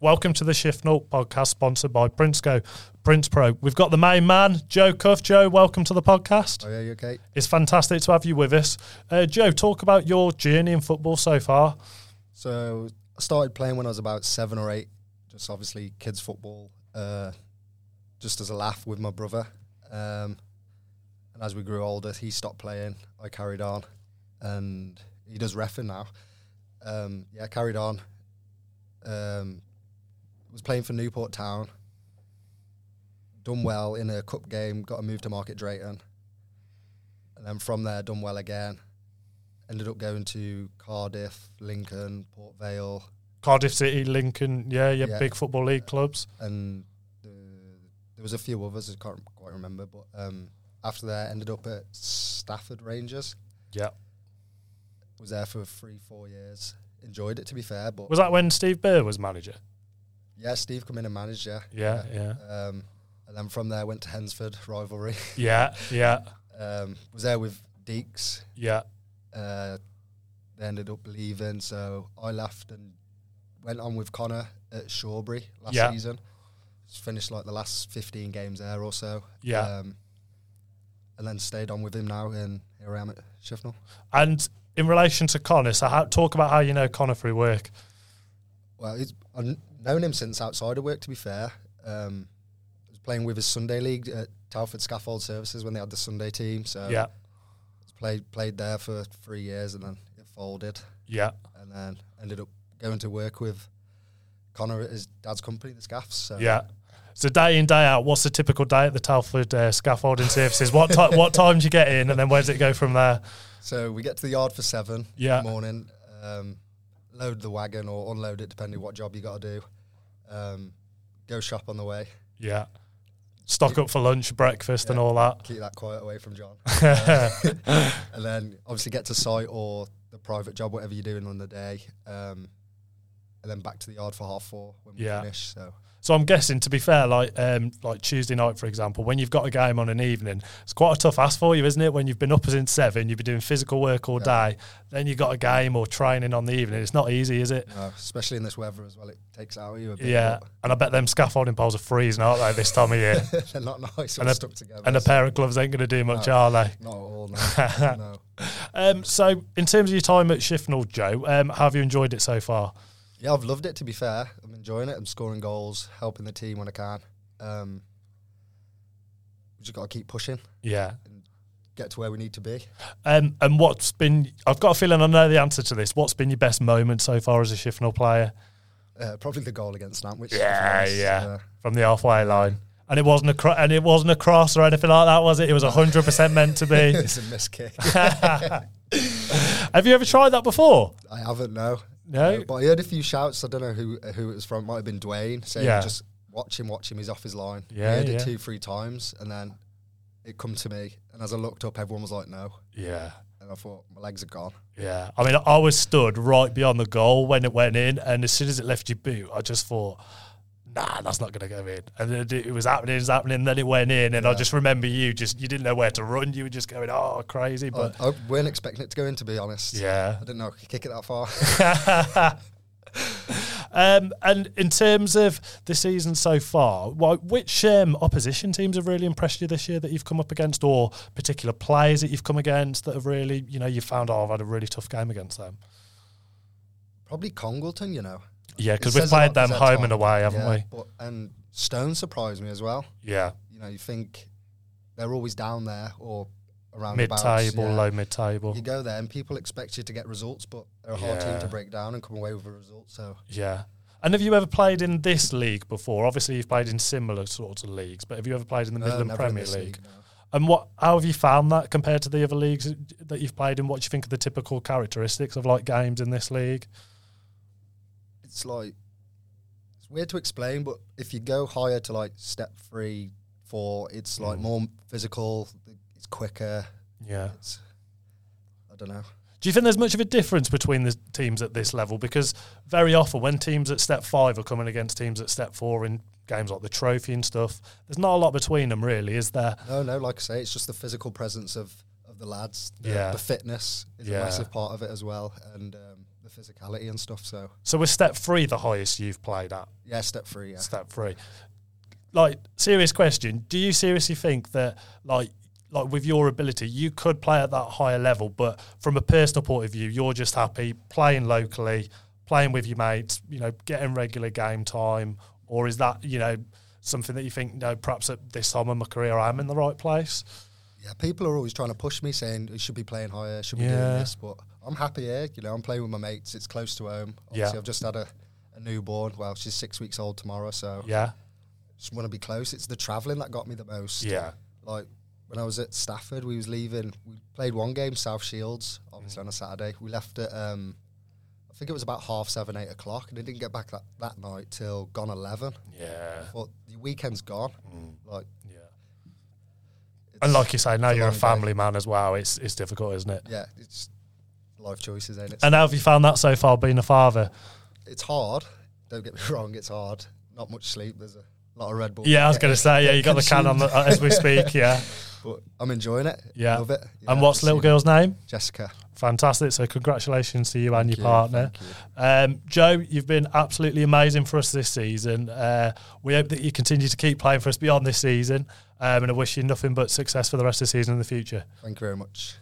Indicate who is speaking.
Speaker 1: Welcome to the Shift Note podcast sponsored by Prinsco, Prince Pro. We've got the main man, Joe Cuff. Joe, welcome to the podcast.
Speaker 2: Oh, yeah, you okay?
Speaker 1: It's fantastic to have you with us. Uh, Joe, talk about your journey in football so far.
Speaker 2: So I started playing when I was about seven or eight, just obviously kids football, uh, just as a laugh with my brother. Um, and as we grew older, he stopped playing. I carried on, and he does refing now. Um, yeah, carried on. Um, was playing for Newport Town. Done well in a cup game. Got a move to Market Drayton, and then from there done well again. Ended up going to Cardiff, Lincoln, Port Vale,
Speaker 1: Cardiff City, Lincoln, yeah, yeah,
Speaker 2: Yeah.
Speaker 1: big football league clubs.
Speaker 2: and uh, there was a few others I can't quite remember. But um, after that, ended up at Stafford Rangers.
Speaker 1: Yeah.
Speaker 2: Was there for three, four years. Enjoyed it to be fair, but
Speaker 1: Was that when Steve Beer was manager?
Speaker 2: yeah, Steve come in and managed. Yeah,
Speaker 1: Yeah, yeah,
Speaker 2: Um, and then from there went to Hensford rivalry.
Speaker 1: yeah, yeah,
Speaker 2: Um, was there with Deeks.
Speaker 1: yeah.
Speaker 2: Uh, they ended up leaving, so I left and went on with Connor at Shawbury last
Speaker 1: Yeah.
Speaker 2: season. Just finished like the last fifteen games there or so.
Speaker 1: Yeah.
Speaker 2: Um, and then stayed on with him now, and here I am at Shifnal.
Speaker 1: And in relation to Connor, so how, talk about how you know Connor through work.
Speaker 2: Well, he's, I've known him since outside of work, to be fair. Um, I was playing with his Sunday league at Telford Scaffold Services when they had the Sunday team. So
Speaker 1: Yeah,
Speaker 2: played played there for three years and then it folded
Speaker 1: yeah,
Speaker 2: and then ended up going to work with Connor at his dad's company, the Scaffs. So
Speaker 1: yeah. So day in day out, what's the typical day at the Telford uh, scaffolding services? What ti- what time do you get in, and then where does it go from there?
Speaker 2: So we get to the yard for seven
Speaker 1: Yeah.
Speaker 2: in the morning, um, load the wagon or unload it depending what job you got to do. Um, go shop on the way.
Speaker 1: Yeah, stock up for lunch, breakfast, and all that.
Speaker 2: Keep that quiet away from John. Uh, and then obviously get to site or the private job, whatever you're doing on the day. Um, and then back to the yard for half four when we
Speaker 1: Yeah.
Speaker 2: finish. So
Speaker 1: So I'm guessing, to be fair, like um, like Tuesday night, for example, when you've got a game on an evening, it's quite a tough ask for you, isn't it? When you've been up since seven, you've been doing physical work all day, then you've got a game or training on the evening. It's not easy, is it?
Speaker 2: uh, especially in this weather as well, it takes out of you a bit.
Speaker 1: Yeah, and I bet them scaffolding poles are freezing, aren't they, this time of year?
Speaker 2: but They're not nice when
Speaker 1: a-
Speaker 2: stuck together.
Speaker 1: and a
Speaker 2: so-
Speaker 1: pair of gloves ain't going to do much, are they?
Speaker 2: not at all. No. no.
Speaker 1: Um, so, in terms of your time at Shifnal, Joe, um, how have you enjoyed it so far?
Speaker 2: Yeah, I've loved it. To be fair, I'm enjoying it. I'm scoring goals, helping the team when I can. Um, we just got to keep pushing,
Speaker 1: Yeah.
Speaker 2: get to where we need to be.
Speaker 1: Um, and what's been, I've got a feeling I know the answer to this. What's been your best moment so far as a Shifnal player?
Speaker 2: Uh, probably the goal against Nantwich.
Speaker 1: Yeah,
Speaker 2: Yes,
Speaker 1: yeah,
Speaker 2: uh,
Speaker 1: from the halfway line. And it wasn't a cro- and it wasn't a cross or anything like that, was it? It was hundred percent meant to be.
Speaker 2: it's a missed kick.
Speaker 1: Have you ever tried that before?
Speaker 2: I haven't no. Uh,
Speaker 1: No?
Speaker 2: but I heard a few shouts. I don't know who uh, who it was from. Might have been Dwayne saying
Speaker 1: Yeah.
Speaker 2: just watch him, watch him. He's off his line.
Speaker 1: Yeah,
Speaker 2: I heard
Speaker 1: yeah.
Speaker 2: it two, three times, and then it come to me. And as I looked up, everyone was like, no.
Speaker 1: Yeah,
Speaker 2: And I thought my legs are gone.
Speaker 1: yeah. I mean, I was stood right beyond the goal when it went in, and as soon as it left your boot, I just thought, "Nah, that's not going to go in." And then it it was happening, it was happening. Then it went in, and I just remember you just you didn't know where to run. You were just going, "Oh, crazy!" But
Speaker 2: I, I weren't expecting it to go in. To be honest,
Speaker 1: yeah,
Speaker 2: I didn't know I could kick it that far.
Speaker 1: Um, and in terms of the season so far, why, which um, opposition teams have really impressed you this year that you've come up against, or particular players that you've come against that have really, you know, you found, oh, I've had a really tough game against them?
Speaker 2: Probably Congleton, you know.
Speaker 1: Yeah,
Speaker 2: It
Speaker 1: because we've
Speaker 2: says a lot
Speaker 1: played them
Speaker 2: 'cause
Speaker 1: home
Speaker 2: they're
Speaker 1: and
Speaker 2: top.
Speaker 1: away, haven't
Speaker 2: Yeah, But, and Stone surprised me as well.
Speaker 1: we? Yeah.
Speaker 2: You know, you think they're always down there or around
Speaker 1: Mid table,
Speaker 2: yeah.
Speaker 1: low mid table.
Speaker 2: You go there and people expect you to get results, but they're a hard team
Speaker 1: Yeah.
Speaker 2: to break down and come away with a result. So
Speaker 1: Yeah. And have you ever played in this league before? Obviously, you've played in similar sorts of leagues, but have you ever played in the
Speaker 2: uh,
Speaker 1: Midland
Speaker 2: never in
Speaker 1: Premier
Speaker 2: this
Speaker 1: League?
Speaker 2: no.
Speaker 1: And what? How have you found that compared to the other leagues that you've played? And what do you think are the typical characteristics of like games in this league?
Speaker 2: It's like it's weird to explain, but if you go higher to like step three, four, it's like more physical. It's quicker.
Speaker 1: Mm. Yeah.
Speaker 2: It's I don't know.
Speaker 1: Do you think there's much of a difference between the teams at this level? Because very often when teams at step five are coming against teams at step four in games like the trophy and stuff, there's not a lot between them really, is there?
Speaker 2: No, no, like I say, it's just the physical presence of, of the lads. The,
Speaker 1: Yeah.
Speaker 2: the fitness is
Speaker 1: Yeah.
Speaker 2: a massive part of it as well. And um, the the physicality and stuff. So
Speaker 1: So we're step three, the highest you've played at.
Speaker 2: yeah, step three. Yeah,
Speaker 1: Step three. Like serious question: Do you seriously think that like like with your ability, you could play at that higher level, but from a personal point of view, you're just happy playing locally, playing with your mates, you know, getting regular game time, or is that you know something that you think no, perhaps at this time of my career, I'm in the right place?
Speaker 2: yeah. People are always trying to push me, saying you should be playing higher, should be
Speaker 1: Yeah.
Speaker 2: doing this. But I'm happy here. You know, I'm playing with my mates. It's close to home. Obviously,
Speaker 1: Yeah.
Speaker 2: I've just had a, a newborn. Well, she's six weeks old tomorrow, so
Speaker 1: Yeah,
Speaker 2: just want to be close. It's the travelling that got me the most.
Speaker 1: yeah,
Speaker 2: Like when I was at Stafford, we was leaving. We played one game, South Shields,
Speaker 1: Mm.
Speaker 2: obviously on a Saturday. We left at um, I think it was about half seven, eight o'clock, and I didn't get back that, that night till gone eleven.
Speaker 1: yeah, Mm.
Speaker 2: But the weekend's gone. Like
Speaker 1: yeah. And like you say, now
Speaker 2: it's a
Speaker 1: you're a
Speaker 2: long day.
Speaker 1: family man as well. It's it's difficult, isn't it?
Speaker 2: yeah, it's life choices, ain't it?
Speaker 1: And how have you found that so far, being a father?
Speaker 2: it's hard. Don't get me wrong, it's hard. Not much sleep. There's a lot of Red Bull.
Speaker 1: Yeah, I was going to say, yeah, you got the can on the, as we speak, yeah.
Speaker 2: But I'm enjoying it.
Speaker 1: Yeah.
Speaker 2: love it.
Speaker 1: and
Speaker 2: Yeah,
Speaker 1: what's
Speaker 2: it's
Speaker 1: little
Speaker 2: you,
Speaker 1: girl's name?
Speaker 2: Jessica?
Speaker 1: Fantastic. So, congratulations to you and
Speaker 2: Thank
Speaker 1: your
Speaker 2: you,
Speaker 1: partner.
Speaker 2: thank
Speaker 1: Um, Joe, you've been absolutely amazing for us this season. Uh, we hope that you continue to keep playing for us beyond this season. Um, and I wish you nothing but success for the rest of the season in the future.
Speaker 2: Thank you very much.